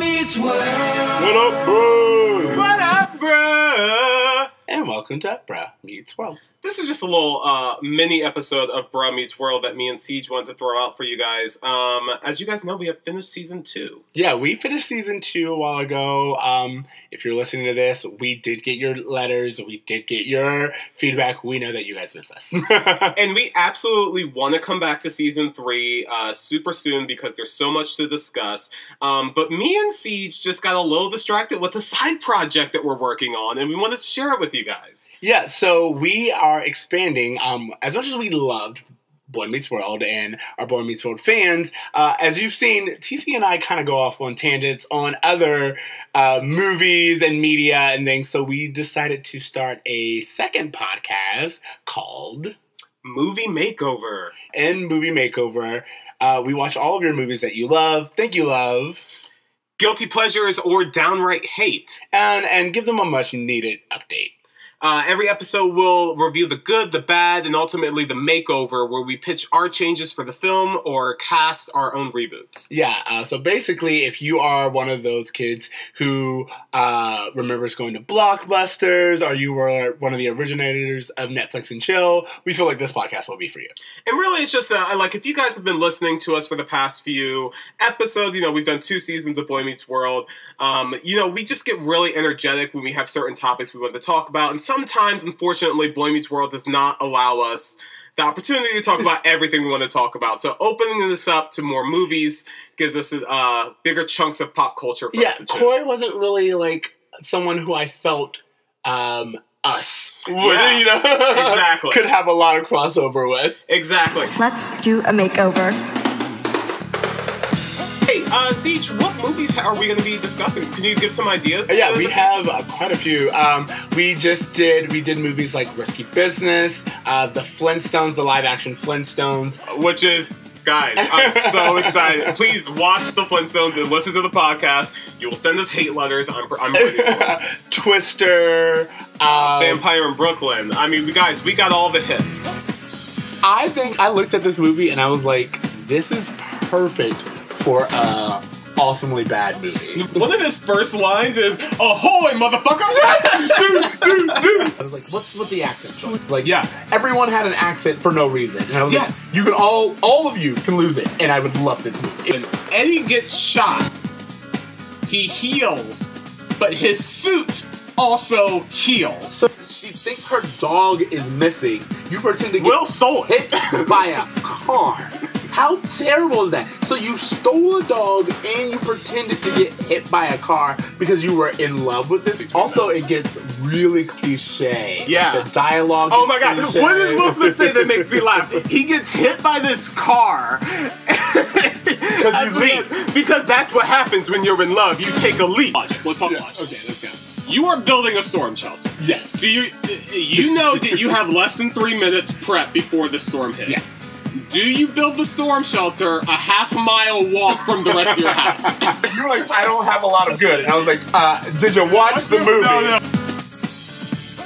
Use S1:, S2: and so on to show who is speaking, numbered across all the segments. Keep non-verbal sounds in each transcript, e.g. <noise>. S1: What up, bro?
S2: What up, bruh?
S1: And welcome to Bra Meets World.
S2: This is just a little uh, mini episode of Bra Meets World that me and Siege wanted to throw out for you guys. Um, as you guys know, we have finished season two.
S1: Yeah, we finished season two a while ago. Um, if you're listening to this, we did get your letters, we did get your feedback. We know that you guys miss us. <laughs>
S2: And we absolutely want to come back to season three uh, super soon because there's so much to discuss. Um, but me and Siege just got a little distracted with the side project that we're working on, and we wanted to share it with you guys.
S1: yeah, so we are expanding. Um, as much as we loved Boy Meets World and our Boy Meets World fans, uh, as you've seen, TC and I kind of go off on tangents on other uh, movies and media and things. So we decided to start a second podcast called
S2: Movie Makeover.
S1: and Movie Makeover. Uh, we watch all of your movies that you love, think you love,
S2: Guilty pleasures or downright hate.
S1: and and give them a much needed update.
S2: Uh, every episode will review the good, the bad, and ultimately the makeover, where we pitch our changes for the film or cast our own reboots.
S1: Yeah, uh, so basically, if you are one of those kids who uh, remembers going to blockbusters, or you were one of the originators of Netflix and chill, we feel like this podcast will be for you.
S2: And really, it's just that, like, if you guys have been listening to us for the past few episodes, you know, we've done two seasons of Boy Meets World. Um, you know, we just get really energetic when we have certain topics we want to talk about. And sometimes, unfortunately, Boy Meets World does not allow us the opportunity to talk about everything we want to talk about. So opening this up to more movies gives us uh, bigger chunks of pop culture for
S1: Yeah,
S2: us to chew.
S1: Corey wasn't really like someone who I felt um, us would
S2: Yeah,
S1: you know <laughs>
S2: exactly.
S1: could have a lot of crossover with.
S2: Exactly.
S3: Let's do a makeover.
S2: Hey, uh, Siege, what movies are we going to be discussing? Can you give some ideas?
S1: Uh, Yeah, we have uh, quite a few. Um, we just did we did movies like Risky Business, uh, The Flintstones, the live action Flintstones.
S2: Which is, guys, I'm <laughs> so excited. Please watch the Flintstones and listen to the podcast. You will send us hate letters. I'm, I'm ready <laughs> for it.
S1: <laughs> Twister. Um,
S2: Vampire in Brooklyn. I mean, we- guys, we got all the hits.
S1: I think I looked at this movie and I was like, this is perfect for a awesomely bad movie.
S2: One of his first lines is, "Ahoy, motherfuckers!" do, do, do.
S1: I was like, what's with the accent choice? Like,
S2: <laughs> Yeah.
S1: everyone had an accent for no reason. And I was
S2: Yes.
S1: like, you can all, all of you can lose it, and I would love this movie.
S2: When Eddie gets shot, he heals, but his suit also heals.
S1: So she thinks her dog is missing. You pretend to get
S2: Will stole it.
S1: <coughs> hit by a car. How terrible is that? So you stole a dog and you pretended to get hit by a car because you were in love with this. Also, it gets really cliche.
S2: Yeah.
S1: the dialogue.
S2: Oh my god,
S1: cliche.
S2: what does Will Smith say that makes me laugh? He gets hit by this car. <laughs> Because
S1: you leap.
S2: Because that's what happens when you're in love. You take a leap. Let's talk
S1: Yes.
S2: logic. Okay, let's go. You are building a storm shelter.
S1: <laughs> yes.
S2: Do you you know that you have less than three minutes prep before the storm hits?
S1: Yes.
S2: Do you build the storm shelter a half mile walk from the rest of your house?
S1: You're like, I don't have a lot of good. And I was like, uh, did you watch the movie?
S2: No, no.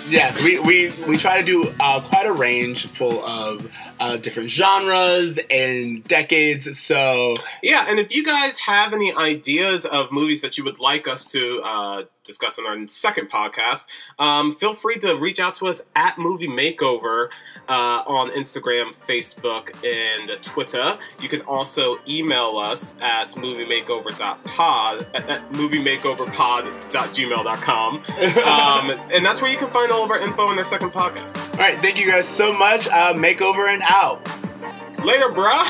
S1: Yes, we, we, we try to do uh, quite a range full of uh, different genres and decades. So
S2: Yeah, and if you guys have any ideas of movies that you would like us to uh, discuss on our second podcast, um, feel free to reach out to us at Movie Makeover uh, on Instagram, Facebook, and Twitter. You can also email us at moviemakeover.pod at, at moviemakeoverpod.gmail.com. Um, and that's where you can find all of our info in our second podcast.
S1: All right, thank you guys so much. Uh, makeover and out.
S2: <laughs> Later, bruh!